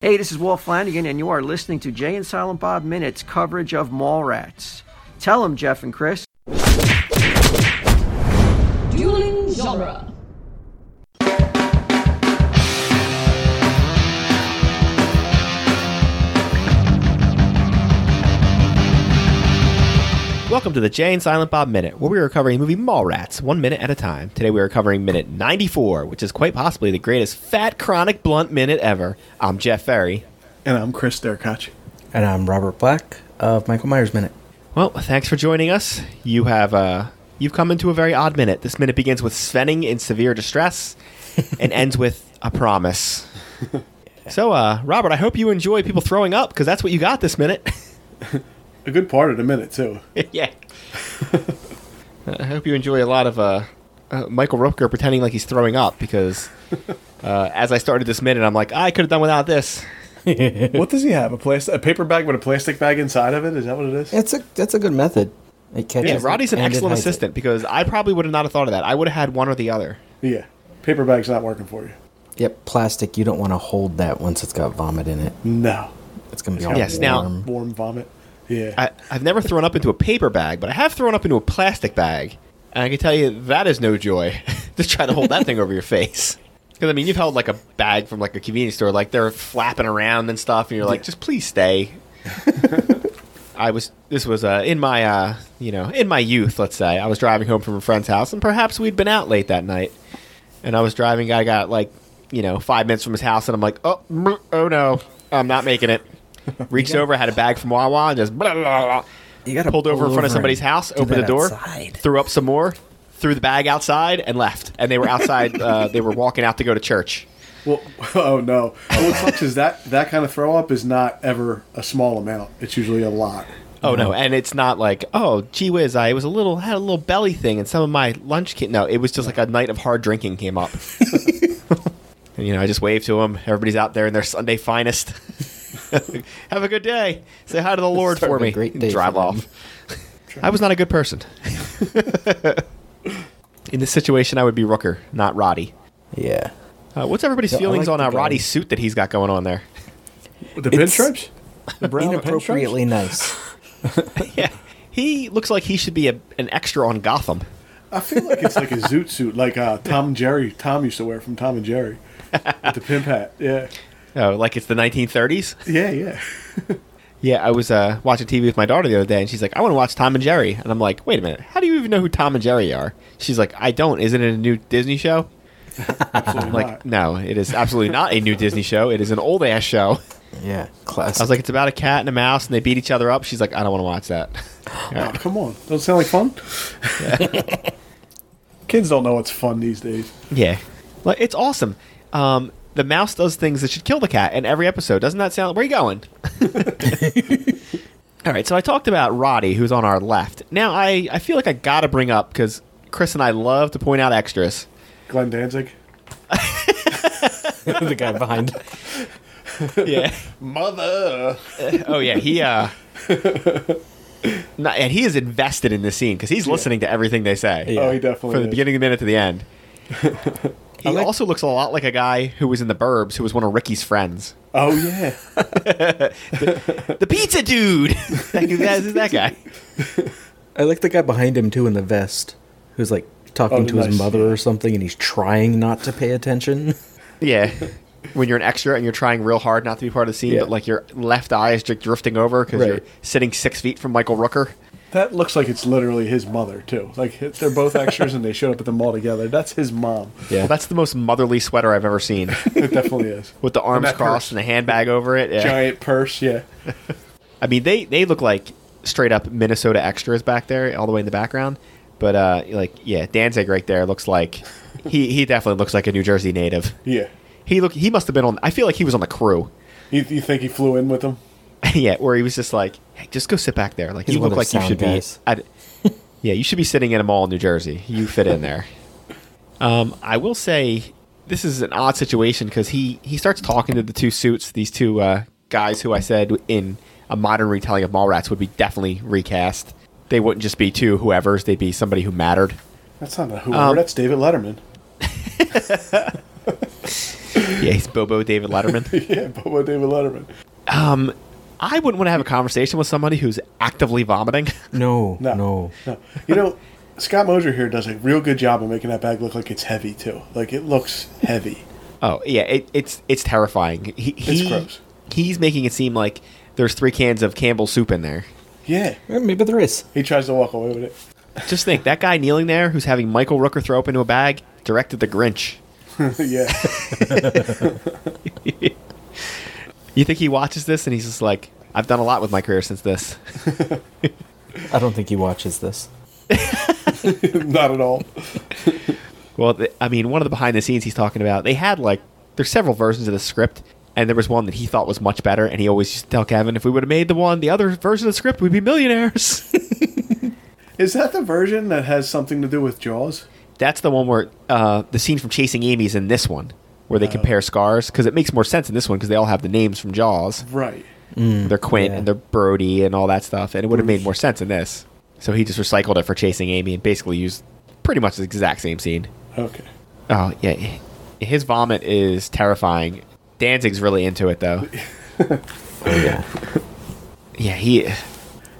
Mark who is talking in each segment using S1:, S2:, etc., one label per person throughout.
S1: Hey, this is Walt Flanagan, and you are listening to Jay and Silent Bob Minutes coverage of Mallrats. Tell them, Jeff and Chris.
S2: Dueling genre.
S3: Welcome to the Jay and Silent Bob Minute, where we are covering the movie Mallrats one minute at a time. Today we are covering minute 94, which is quite possibly the greatest fat, chronic, blunt minute ever. I'm Jeff Ferry.
S4: And I'm Chris Derkach.
S5: And I'm Robert Black of Michael Myers Minute.
S3: Well, thanks for joining us. You have uh, you've come into a very odd minute. This minute begins with Svenning in severe distress and ends with a promise. So, uh, Robert, I hope you enjoy people throwing up because that's what you got this minute.
S4: A good part of the minute, too.
S3: yeah. I hope you enjoy a lot of uh, uh, Michael Rupker pretending like he's throwing up because uh, as I started this minute, I'm like, I could have done without this.
S4: what does he have? A plas- a paper bag with a plastic bag inside of it? Is that what it is?
S5: That's a that's a good method. It catches.
S3: Yeah,
S5: it
S3: Roddy's an
S5: and it
S3: excellent
S5: hides it.
S3: assistant because I probably would have not have thought of that. I would have had one or the other.
S4: Yeah. Paper bag's not working for you.
S5: Yep, plastic. You don't want to hold that once it's got vomit in it.
S4: No.
S5: It's gonna be all
S3: Yes, now-
S5: warm.
S4: Warm vomit. Yeah.
S3: I, I've never thrown up into a paper bag, but I have thrown up into a plastic bag. And I can tell you that is no joy to try to hold that thing over your face. Because, I mean, you've held like a bag from like a convenience store, like they're flapping around and stuff, and you're like, just please stay. I was, this was uh, in my, uh, you know, in my youth, let's say. I was driving home from a friend's house, and perhaps we'd been out late that night. And I was driving, I got like, you know, five minutes from his house, and I'm like, oh, brr, oh no, I'm not making it. Reached over, had a bag from Wawa, and just blah, blah, blah.
S5: You gotta
S3: pulled over
S5: pull
S3: in front of
S5: and
S3: somebody's house,
S5: do
S3: opened
S5: that
S3: the door,
S5: outside.
S3: threw up some more, threw the bag outside, and left. And they were outside. uh, they were walking out to go to church.
S4: well, oh, no. Well, what sucks is that that kind of throw up is not ever a small amount, it's usually a lot.
S3: Oh no! And it's not like oh gee whiz, I was a little had a little belly thing, and some of my lunch came. No, it was just like a night of hard drinking came up. and, you know, I just waved to them. Everybody's out there in their Sunday finest. Have a good day. Say hi to the Lord
S5: Starting
S3: for
S5: a
S3: me.
S5: great day
S3: Drive
S5: for them.
S3: off. I was not a good person. in this situation, I would be Rooker, not Roddy.
S5: Yeah.
S3: Uh, what's everybody's
S5: Yeah, I
S3: feelings on
S5: like
S3: uh,
S5: the
S3: Roddy's
S5: guy.
S3: suit that he's got going on there?
S4: The
S5: It's-
S4: pinstripes? The brown pinstripes?
S5: Inappropriately nice.
S3: yeah, he looks like he should be a, an extra on Gotham.
S4: I feel like it's like a zoot suit, like uh, Tom and Jerry, Tom used to wear from Tom and Jerry. With the pimp hat. Yeah.
S3: Oh, like it's the 1930s.
S4: Yeah, yeah.
S3: Yeah, I was uh, watching TV with my daughter the other day, and she's like, "I want to watch Tom and Jerry," and I'm like, "Wait a minute, how do you even know who Tom and Jerry are?" She's like, "I don't. Isn't it a new Disney show?"
S4: Absolutely
S3: I'm like,
S4: not.
S3: "No, it is absolutely not a new Disney show. It is an old ass show."
S5: Yeah, classic.
S3: I was like, "It's about a cat and a mouse, and they beat each other up." She's like, "I don't want to watch that."
S4: Oh, come on. Doesn't sound like fun? Kids don't know what's fun these days.
S3: Yeah, like it's awesome. Um, the mouse does things that should kill the cat in every episode. Doesn't that sound? Where you going? All right, so I talked about Roddy, who's on our left. Now I I feel like I gotta bring up because Chris and I love to point out extras.
S4: Glenn Danzig.
S5: the guy behind.
S3: Yeah.
S4: Mother.
S3: oh yeah. He uh. no, and he is invested in this scene because he's listening to everything they say.
S4: Oh, he definitely
S3: from the
S4: is.
S3: beginning of the minute to the end. he
S5: like-
S3: also looks a lot like a guy who was in the Burbs, who was one of Ricky's friends.
S4: Oh yeah.
S3: The pizza dude. that, that, that guy.
S5: I like the guy behind him too in the vest, who's like talking
S4: Oh,
S5: to
S4: nice.
S5: his mother or something, and he's trying not to pay attention.
S3: Yeah. When you're an extra and you're trying real hard not to be part of the scene,
S5: Yeah.
S3: but like your left eye is just drifting over because you're
S5: Right.
S3: sitting six feet from Michael Rooker.
S4: That looks like it's literally his mother too. Like they're both extras and they showed up at the mall together. That's his mom.
S3: Well, that's the most motherly sweater I've ever seen,
S4: It definitely is.
S3: with the arms
S4: that
S3: crossed
S4: purse.
S3: and a handbag over it. Yeah.
S4: Giant purse, yeah.
S3: I mean, they they look like straight up Minnesota extras back there, all the way in the background. But uh, like, yeah, Danzig right there looks like he he definitely looks like a New Jersey native.
S4: Yeah.
S3: He look he must have been on. I feel like he was on the crew.
S4: You, you think he flew in with him?
S3: yeah, where he was just like, "Hey, just go sit back there. Like
S5: He's
S3: you
S5: one
S3: look
S5: of
S3: like
S5: those
S3: you
S5: sound
S3: should
S5: guys.
S3: be." I'd, yeah, you should be sitting in a mall in New Jersey. You fit in there. um, I will say this is an odd situation because he he starts talking to the two suits, these two uh, guys who I said in a modern retelling of Mallrats would be definitely recast. They wouldn't just be two whoever's; they'd be somebody who mattered. Um,
S4: That's not a Hoover. that's David Letterman.
S3: Yeah, he's Bobo David Letterman.
S4: yeah, Bobo David Letterman.
S3: I wouldn't want to have a conversation with somebody who's actively vomiting.
S5: No,
S4: No,
S5: no.
S4: no. You know, Scott Mosier here does a real good job of making that bag look like it's heavy too. Like it looks heavy.
S3: Oh yeah, it, it's it's terrifying. He, he,
S4: gross.
S3: He's making it seem like there's three cans of Campbell's soup in there.
S4: Yeah,
S5: Eh, Maybe there is.
S4: he tries to walk away with it.
S3: Just think, that guy kneeling there who's having Michael Rooker throw up into a bag directed the Grinch.
S4: yeah,
S3: You think he watches this and he's just like, I've done a lot with my career since this.
S5: I don't think he watches this.
S4: not at all.
S3: Well, th- I mean, one of the behind the scenes he's talking about, they had like there's several versions of the script, and there was one that he thought was much better, and he always used to tell Kevin, if we would have made the one, the other version of the script, we'd be millionaires.
S4: Is that the version that has something to do with Jaws?
S3: That's the one where uh, the scene from Chasing Amy's in this one, where
S4: Oh.
S3: they compare scars, because it makes more sense in this one because they all have the names from Jaws.
S4: Right. Mm.
S3: they're Quint
S5: yeah.
S3: and they're Brody and all that stuff, and it would have made more sense in this. So he just recycled it for Chasing Amy and basically used pretty much the exact same scene.
S4: Okay.
S3: Oh yeah, his vomit is terrifying. Danzig's really into it though.
S5: Oh, yeah.
S3: Yeah, he.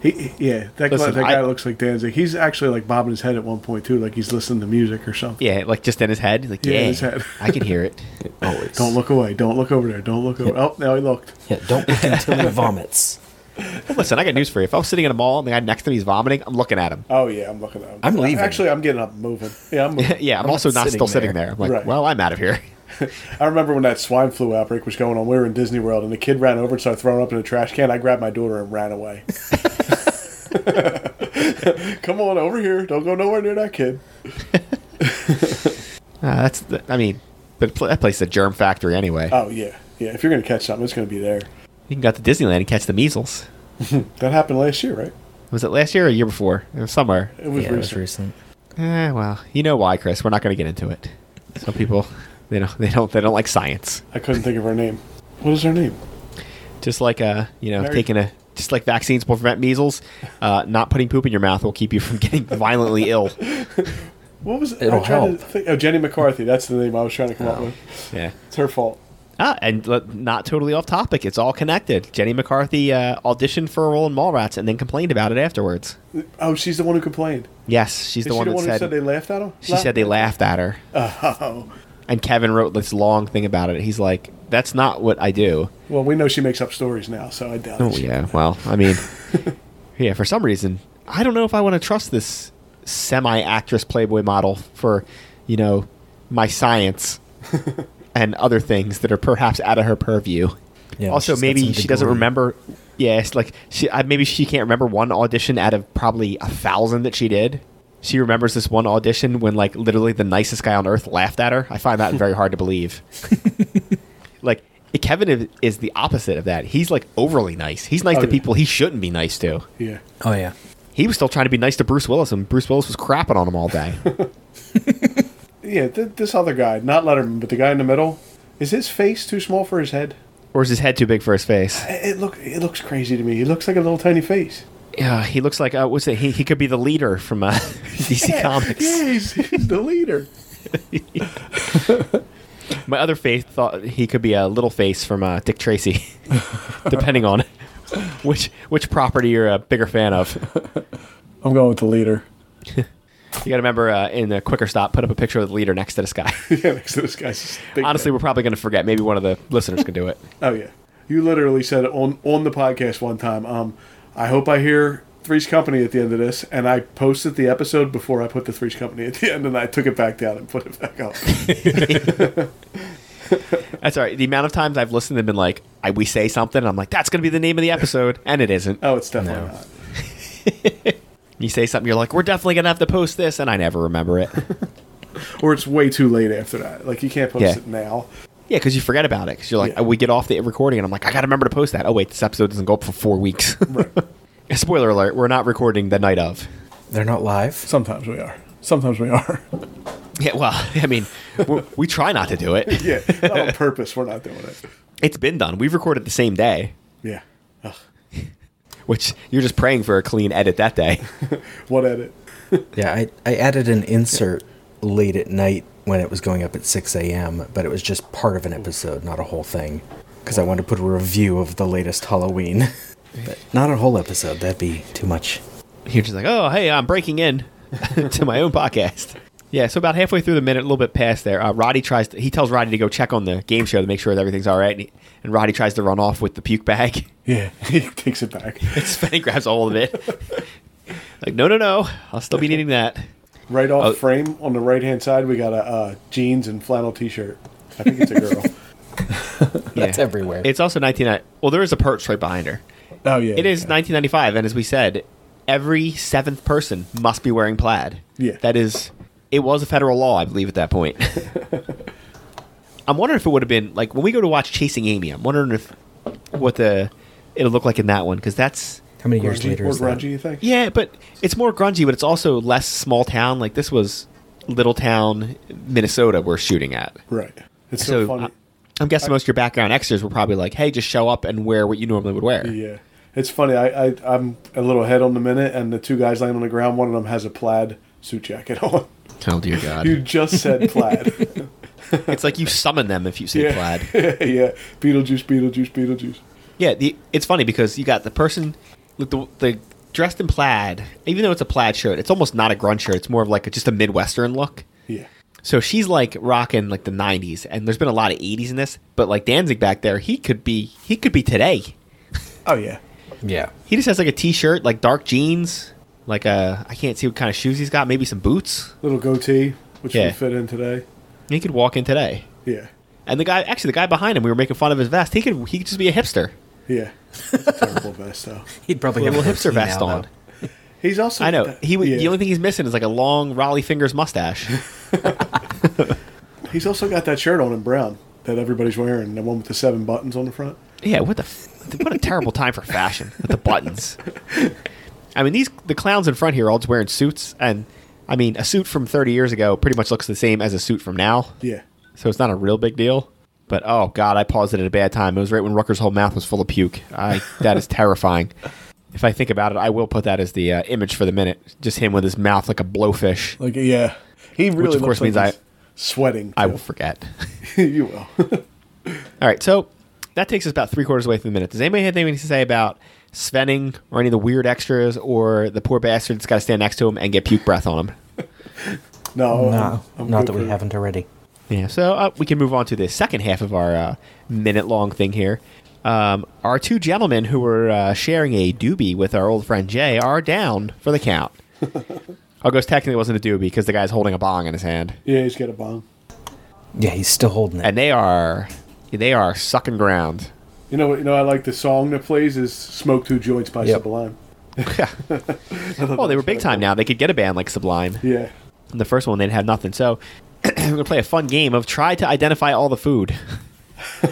S4: He, he- yeah, that, guy,
S3: Listen,
S4: that guy
S3: I-
S4: looks like Danzig. He's actually like bobbing his head at one point too, like he's listening to music or something.
S3: Yeah, like just in his head. Like yeah,
S4: Yeah, in his head.
S3: I can hear it.
S5: Always.
S4: Don't look away. Don't look over there. Don't look over. Oh, now he looked.
S5: Yeah, don't look until he vomits.
S3: Well, listen, I got news for you. If I'm sitting in a mall and the guy next to me is vomiting, I'm looking at him.
S4: Oh yeah, I'm looking at him.
S5: I'm leaving.
S4: Actually, I'm getting up, and moving. Yeah, I'm moving.
S3: yeah, I'm, also
S5: not
S3: not still
S5: sitting
S3: sitting there.
S5: there.
S3: I'm like,
S4: Right.
S3: well, I'm out of here.
S4: I remember when that swine flu outbreak was going on. We were in Disney World, and the kid ran over and started throwing up in a trash can. I grabbed my daughter and ran away. Come on over here! Don't go nowhere near that kid.
S3: Uh, that's. The, I mean, but pl- that place is a germ factory anyway.
S4: Oh yeah, yeah. If you're gonna catch something, it's gonna be there.
S3: you can go out to Disneyland and catch the measles.
S4: That happened last year, right?
S3: Was it last year or a year before? It was somewhere.
S4: It was
S5: yeah,
S4: recent.
S5: it was recent.
S3: Eh, well, you know why, Chris. We're not going to get into it. Some people, they don't, they don't, they don't like science.
S4: I couldn't think of her name. What is her name?
S3: Just like uh, you know,
S4: Mary-
S3: taking a just like vaccines will prevent measles. Uh, not putting poop in your mouth will keep you from getting violently ill.
S4: What was it?
S5: It'll
S4: I tried to
S5: help.
S4: think- oh, Jenny McCarthy. That's the name I was trying to come
S3: Oh.
S4: up with.
S3: Yeah.
S4: It's her fault.
S3: Ah, and le- not totally off topic. It's all connected. Jenny McCarthy uh, auditioned for a role in Mallrats and then complained about it afterwards.
S4: Oh, she's the one who complained.
S3: Yes, she's
S4: Is
S3: the
S4: she
S3: one
S4: the
S3: that
S4: one who
S3: said,
S4: said they laughed at him?
S3: she said they laughed at her.
S4: Oh,
S3: And Kevin wrote this long thing about it. He's like, "That's not what I do."
S4: well, we know she makes up stories now, so I doubt. it.
S3: Oh
S4: She-
S3: yeah. Well, I mean, yeah. For some reason, I don't know if I want to trust this semi-actress Playboy model for, you know, my science and other things that are perhaps out of her purview.
S5: Yeah,
S3: also,
S5: she's got
S3: maybe
S5: some
S3: she doesn't
S5: degree.
S3: remember. Yeah, it's like she I, maybe she can't remember one audition out of probably a thousand that she did. She remembers this one audition when, like, literally the nicest guy on earth laughed at her. I find that very hard to believe. like Kevin is- is the opposite of that. He's like overly nice. He's nice
S4: Oh,
S3: to
S4: yeah.
S3: people he shouldn't be nice to.
S4: yeah.
S5: Oh, yeah.
S3: He was still trying to be nice to Bruce Willis, and Bruce Willis was crapping on him all day.
S4: Yeah, th- this other guy, not Letterman, but the guy in the middle, is his face too small for his head?
S3: or is his head too big for his face?
S4: It, it look, it looks crazy to me. He looks like a little tiny face.
S3: Yeah, he looks like uh, what's it? He, he could be the leader from uh, DC Comics.
S4: Yeah, he's, he's the leader.
S3: My other faith thought he could be a little face from uh, Dick Tracy, depending on which which property you're a bigger fan of.
S4: I'm going with the leader.
S3: You got to remember uh, in the quicker stop, put up a picture of the leader next to this guy.
S4: yeah, next to this guy's big
S3: Honestly,
S4: head.
S3: we're probably going to forget. Maybe one of the listeners can do it.
S4: oh yeah, you literally said it on on the podcast one time. Um, I hope I hear Three's Company at the end of this, and I posted the episode before I put the Three's Company at the end, and I took it back down and put it back up.
S3: That's all right. The amount of times I've listened and been like, I, we say something, and I'm like, that's going to be the name of the episode, and it isn't.
S4: oh, it's definitely
S5: No.
S4: not.
S3: You say something, you're like, we're definitely going to have to post this, and I never remember it. yeah,
S4: Or it's way too late after that. Like you can't post
S3: Yeah.
S4: it now.
S3: because you forget about it. Because you're like,
S4: Yeah.
S3: "Oh, we get off the recording, and I'm like, I got to remember to post that. Oh, wait, this episode doesn't go up for four weeks.
S4: Right.
S3: Spoiler alert, we're not recording the night of.
S5: They're not live.
S4: Sometimes we are. Sometimes we are.
S3: Yeah, well, I mean, we we try not to do it.
S4: yeah, not on purpose. We're not doing it.
S3: It's been done. We've recorded the same day,
S4: Yeah. Ugh.
S3: which you're just praying for a clean edit that day.
S4: What edit?
S5: Yeah, I, I added an insert late at night when it was going up at 6 a.m., but it was just part of an episode, not a whole thing. Because I wanted to put a review of the latest Halloween. but not a whole episode, that'd be too much.
S3: You're just like, oh, hey, I'm breaking in to my own podcast. Yeah, so about halfway through the minute, a little bit past there, uh, Roddy tries to, he tells Roddy to go check on the game show to make sure that everything's all right. And, he, and Roddy tries to run off with the puke bag.
S4: Yeah, he takes it back.
S3: Spenny grabs all of it. like, no, no, no. I'll still be needing that.
S4: Right off frame on the right hand side, we got a uh, jeans and flannel t-shirt. I think it's a girl.
S5: That's
S3: Yeah.
S5: everywhere.
S3: It's also 1990. Well, there is a perch right behind her.
S4: oh yeah,
S3: It is
S4: yeah.
S3: 1995, and as we said, every seventh person must be wearing plaid.
S4: Yeah.
S3: that is. It was a federal law, I believe, at that point. I'm wondering if it would have been like when we go to watch Chasing Amy. I'm wondering if what the it'll look like in that one because that's
S5: How many years
S4: Grungy,
S5: later
S4: more
S5: is that?
S4: grungy, you think?
S3: yeah, but it's more grungy, but it's also less small town. Like this was little town Minnesota we're shooting at.
S4: Right. It's
S3: So,
S4: so,
S3: uh,
S4: funny.
S3: I, am guessing most of your background extras were probably like, "Hey, just show up and wear what you normally would wear."
S4: yeah. It's funny. I, I I'm a little ahead on the minute, and the two guys laying on the ground. One of them has a plaid suit jacket on.
S3: Oh dear God!
S4: You just said plaid.
S3: it's like you summon them if you say
S4: yeah.
S3: plaid.
S4: yeah. Beetlejuice. Beetlejuice. Beetlejuice.
S3: Yeah, the, it's funny because you got the person with the, the dressed in plaid, even though it's a plaid shirt, it's almost not a grunge shirt. It's more of like a, just a Midwestern look.
S4: Yeah.
S3: So she's like rocking like the 90s, and there's been a lot of 80s in this. But like Danzig back there, he could be he could be today.
S4: Oh yeah.
S5: Yeah.
S3: He just has like a t-shirt, like dark jeans, like a I can't see what kind of shoes he's got. Maybe some boots.
S4: Little goatee, which
S3: Yeah.
S4: would fit in today.
S3: He could walk in today.
S4: Yeah.
S3: And the guy, actually, the guy behind him, we were making fun of his vest. He could he could just be a hipster,
S4: Yeah. It's a terrible vest though.
S5: He'd
S3: a
S5: probably have
S3: little
S5: a
S3: hipster
S5: goatee
S3: vest
S5: now,
S3: on.
S5: though.
S4: He's also
S3: I know. He would
S4: yeah.
S3: the only thing he's missing is like a long Raleigh fingers mustache.
S4: He's also got that shirt on in brown that everybody's wearing, the one with the seven buttons on the front.
S3: yeah, what the f- what a terrible time for fashion with the buttons. I mean, these the clowns in front here are all just wearing suits, and I mean, a suit from 30 years ago pretty much looks the same as a suit from now,
S4: Yeah.
S3: so it's not a real big deal. But oh god, I paused it at a bad time. It was right when Rucker's whole mouth was full of puke. I that is terrifying. If I think about it, I will put that as the uh, image for the minute. Just him with his mouth like a blowfish.
S4: Like yeah. He really
S3: of course
S4: looks like
S3: means I-
S4: he's sweating.
S3: I
S4: too.
S3: will forget.
S4: you will.
S3: All right, so that takes us about three quarters away from the minute. Does anybody have anything to say about Svenning or any of the weird extras or the poor bastard that's got to stand next to him and get puke breath on him?
S4: No,
S5: No, not
S4: good
S5: that we
S4: for-
S5: haven't already.
S3: Yeah, so uh, we can move on to the second half of our uh, minute long thing here. Um, our two gentlemen who were uh, sharing a doobie with our old friend Jay are down for the count. August technically wasn't a doobie because the guy's holding a bong in his hand.
S4: Yeah, he's got a bomb.
S5: Yeah, he's still holding it.
S3: And they are they are sucking ground.
S4: You know, what- you know. I like the song that plays is "Smoke Two Joints" by
S5: Yep.
S4: Sublime.
S3: Oh, they were big time now. They could get a band like Sublime.
S4: Yeah,
S3: In the first one they'd have nothing. So we're gonna play a fun game of try to identify all the food.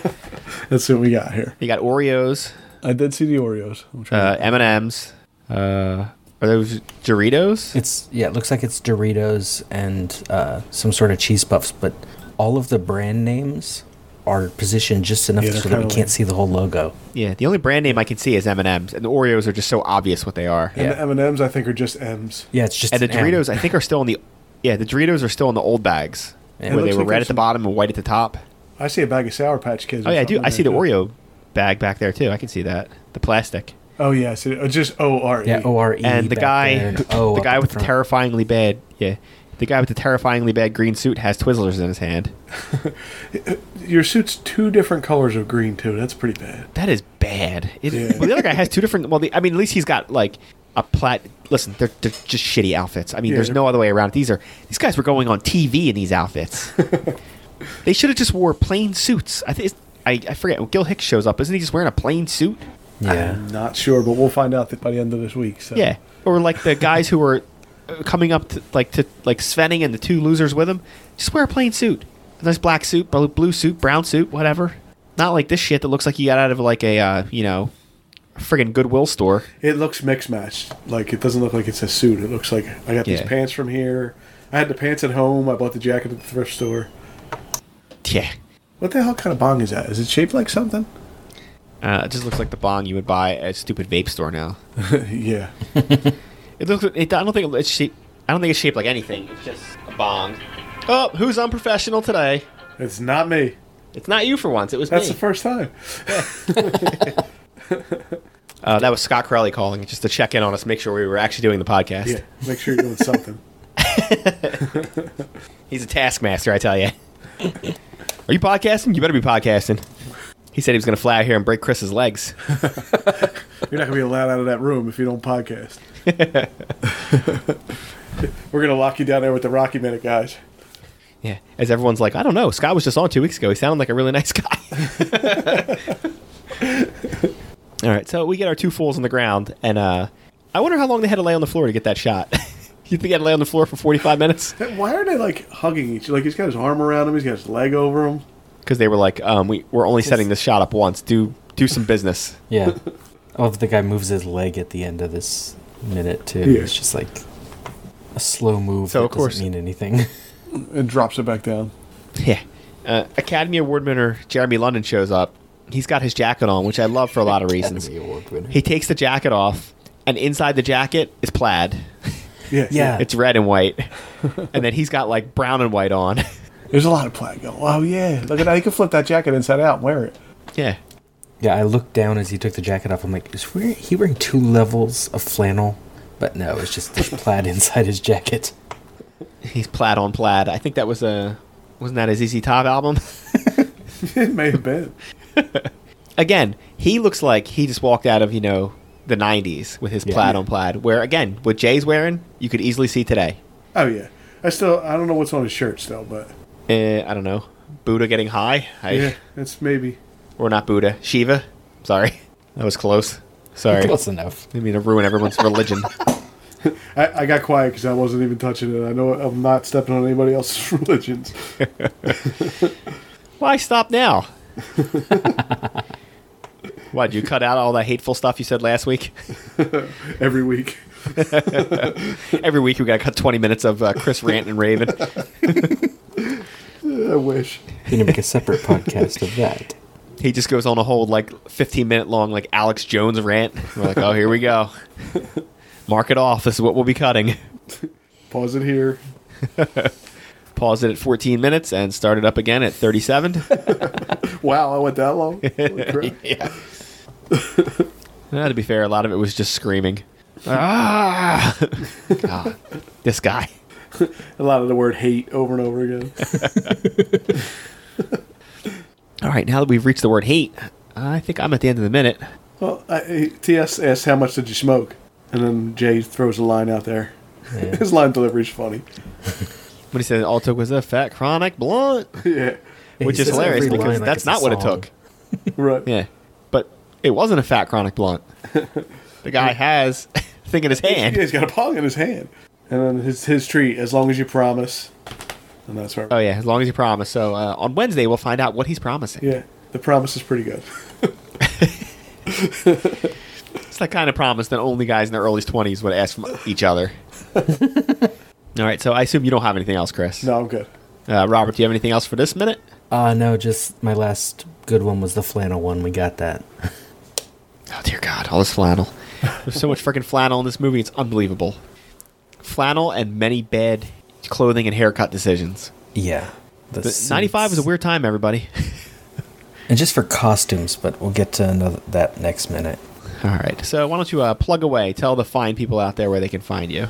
S4: that's what we got here.
S3: You got Oreos,
S4: I did see the Oreos. I'm trying
S3: uh, M and M's. Uh, are those Doritos?
S5: It's yeah, it looks like it's Doritos and uh, some sort of cheese puffs, but all of the brand names are positioned just enough
S4: Yeah, they're
S5: so that we
S4: kinda
S5: can't
S4: like-
S5: see the whole logo.
S3: Yeah. The only brand name I can see is M and M's, and the Oreos are just so obvious what they are.
S4: and
S5: yeah.
S4: the M and M's I think are just M's.
S5: Yeah, it's just
S3: And the
S5: an M.
S3: Doritos I think are still in the yeah the Doritos are still in the old bags
S5: Yeah.
S3: where they
S4: It looks
S3: were
S4: like
S3: red
S4: there's
S3: at the
S4: some-
S3: bottom and white at the top.
S4: I see a bag of Sour Patch Kids.
S3: Oh
S4: or
S3: yeah, I do.
S4: something
S3: I see the
S4: there, too.
S3: Oreo bag back there too. I can see that the plastic.
S4: Oh yeah, I see, uh, just O R E.
S5: Yeah, O R E.
S3: and the
S5: back
S3: guy,
S5: there, and O
S3: the
S5: up
S3: guy
S5: at
S3: with the
S5: front.
S3: terrifyingly bad, yeah, the guy with the terrifyingly bad green suit has Twizzlers in his hand.
S5: E.
S4: Your suit's two different colors of green too. That's pretty bad.
S3: That is bad. It,
S4: Yeah.
S3: Well, the other guy has two different. Well, the, I mean, at least he's got like a plat. Listen, they're, they're just shitty outfits. I mean,
S4: Yeah,
S3: there's
S4: they're-
S3: no other way around. it. These are these guys were going on TV in these outfits. they should have just wore plain suits. I think. it's- I, I forget. When Gil Hicks shows up, isn't he just wearing a plain suit?
S5: Yeah.
S4: I'm not sure, but we'll find out that by the end of this week. So.
S3: Yeah, or like the guys who were uh, coming up to like to like Svenning and the two losers with him, just wear a plain suit, a nice black suit, blue, blue suit, brown suit, whatever. Not like this shit that looks like you got out of like a uh, you know, friggin' Goodwill store.
S4: It looks mix matched. Like it doesn't look like it's a suit. It looks like I got
S3: Yeah.
S4: these pants from here. I had the pants at home. I bought the jacket at the thrift store.
S3: Yeah,
S4: What the hell kind of bong is that? Is it shaped like something?
S3: uh, it just looks like the bong you would buy at a stupid vape store now.
S4: yeah.
S3: It looks. It, I don't think it's shaped. I don't think it's shaped like anything. It's just a bong. Oh, who's unprofessional today?
S4: It's not me.
S3: It's not you for once. It was
S4: That's
S3: me.
S4: the first time.
S3: uh, that was Scott Crowley calling just to check in on us, make sure we were actually doing the podcast.
S4: Yeah, make sure you're doing something.
S3: He's a taskmaster, I tell you. Are you podcasting? You better be podcasting. He said he was going to fly out here and break Chris's legs.
S4: You're not gonna be allowed out of that room if you don't podcast. We're gonna lock you down there with the Rocky Minute guys.
S3: Yeah. As everyone's like, I don't know. Scott was just on two weeks ago. He sounded like a really nice guy. All right. So we get our two fools on the ground, and uh, I wonder how long they had to lay on the floor to get that shot. you think I had to lay on the floor for 45 minutes?
S4: Why are they like hugging each? Like he's got his arm around him. He's got his leg over him.
S3: Because they were like, um, we, we're only setting this shot up once. Do do some business.
S5: Yeah. oh, the guy moves his leg at the end of this minute too.
S4: Yeah.
S5: It's just like a slow move
S3: So,
S5: that
S3: of course-
S5: doesn't mean anything.
S4: And drops it back down.
S3: Yeah. Uh, Academy Award winner Jeremy London shows up. He's got his jacket on, which I love for a lot of reasons.
S5: Academy Award winner.
S3: He takes the jacket off, and inside the jacket is plaid.
S4: Yeah,
S5: Yeah.
S3: It's red and white. and then he's got like brown and white on.
S4: There's a lot of plaid going. Oh yeah, look at that. He can flip that jacket inside out and wear it.
S3: yeah.
S5: Yeah, I looked down as he took the jacket off. I'm like, is we- he wearing two levels of flannel? But no, it's just this plaid inside his jacket.
S3: He's plaid on plaid. I think that was a. Wasn't that his Easy Top album?
S4: it may have been.
S3: again, he looks like he just walked out of, you know, the 90s with his
S5: Yeah.
S3: plaid on plaid, where, again, what Jay's wearing, you could easily see today.
S4: Oh yeah. I still I don't know what's on his shirt still, but
S3: Uh, I don't know. Buddha getting high? I,
S4: yeah, it's maybe.
S3: Or not Buddha. Shiva? Sorry. That was close. Sorry.
S5: Close enough.
S3: I mean, to ruin everyone's religion.
S4: I, I got quiet because I wasn't even touching it. I know I'm not stepping on anybody else's religions.
S3: Why stop now? Why did you cut out all that hateful stuff you said last week?
S4: Every week,
S3: Every week we got to cut 20 minutes of uh, Chris rant and raven.
S4: I wish.
S5: You need to make a separate podcast of that.
S3: He just goes on a whole like 15 minute long like Alex Jones rant. We're like, oh, here we go. Mark it off. This is what we'll be cutting.
S4: Pause it here.
S3: Pause it at 14 minutes and start it up again at 37.
S4: Wow, I went that long. Holy crap.
S3: yeah. Nah, to be fair, a lot of it was just screaming. Ah! God, this guy.
S4: A lot of the word hate over and over again.
S3: All right, now that we've reached the word hate, I think I'm at the end of the minute.
S4: well, I- I, TS asks, How much did you smoke? And then Jay throws a line out there. His line delivery is funny.
S3: When he said all it took was a fat chronic blunt,
S4: yeah,
S3: which
S5: He
S3: is
S5: says
S3: hilarious
S5: every
S3: because
S5: line like
S3: that's
S5: it's a
S3: not what it
S5: song.
S3: took.
S4: right.
S3: Yeah, but it wasn't a fat chronic blunt. The guy has a thing in his
S4: Yeah,
S3: hand.
S4: he's got a pong in his hand. And then his, his treat, As Long as You Promise. And that's right.
S3: Oh yeah, as long as you promise. So uh, on Wednesday we'll find out what he's promising.
S4: Yeah, the promise is pretty good.
S3: It's that kind of promise that only guys in their early twenties would ask from each other. All right, so I assume you don't have anything else, Chris.
S4: No, I'm good.
S3: Uh, Robert, do you have anything else for this minute?
S5: Uh no, just my last good one was the flannel one. We got that.
S3: Oh dear God, all this flannel. There's so much freaking flannel in this movie, it's unbelievable. Flannel and many bad clothing and haircut decisions.
S5: Yeah. The
S3: But 95 is a
S5: suits.
S3: weird time, everybody.
S5: And just for costumes, but we'll get to another that next minute.
S3: all right, so why don't you uh, plug away? Tell the fine people out there where they can find you.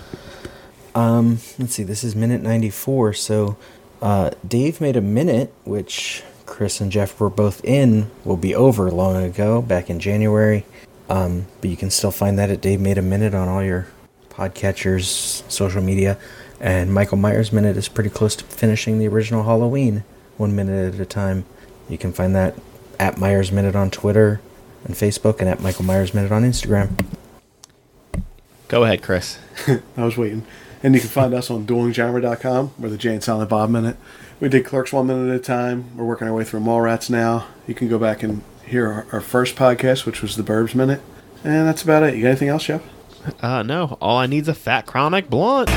S5: Um, let's see. This is minute 94. So, uh, Dave made a minute, which Chris and Jeff were both in, will be over long ago, back in January. Um, but you can still find that at Dave Made a Minute on all your podcatchers, social media. And Michael Myers' minute is pretty close to finishing the original Halloween, one minute at a time. You can find that at Myers Minute on Twitter and Facebook, and at Michael Myers Minute on Instagram.
S3: Go ahead, Chris.
S4: I was waiting. And you can find us on duelinggenre.com. We're the Jay and Silent Bob Minute. We did Clerks one minute at a time. We're working our way through Mallrats now. You can go back and hear our, our first podcast, which was the Burbs Minute. And that's about it. You got anything else, Jeff?
S3: Uh, no, all I need's a fat chronic blunt.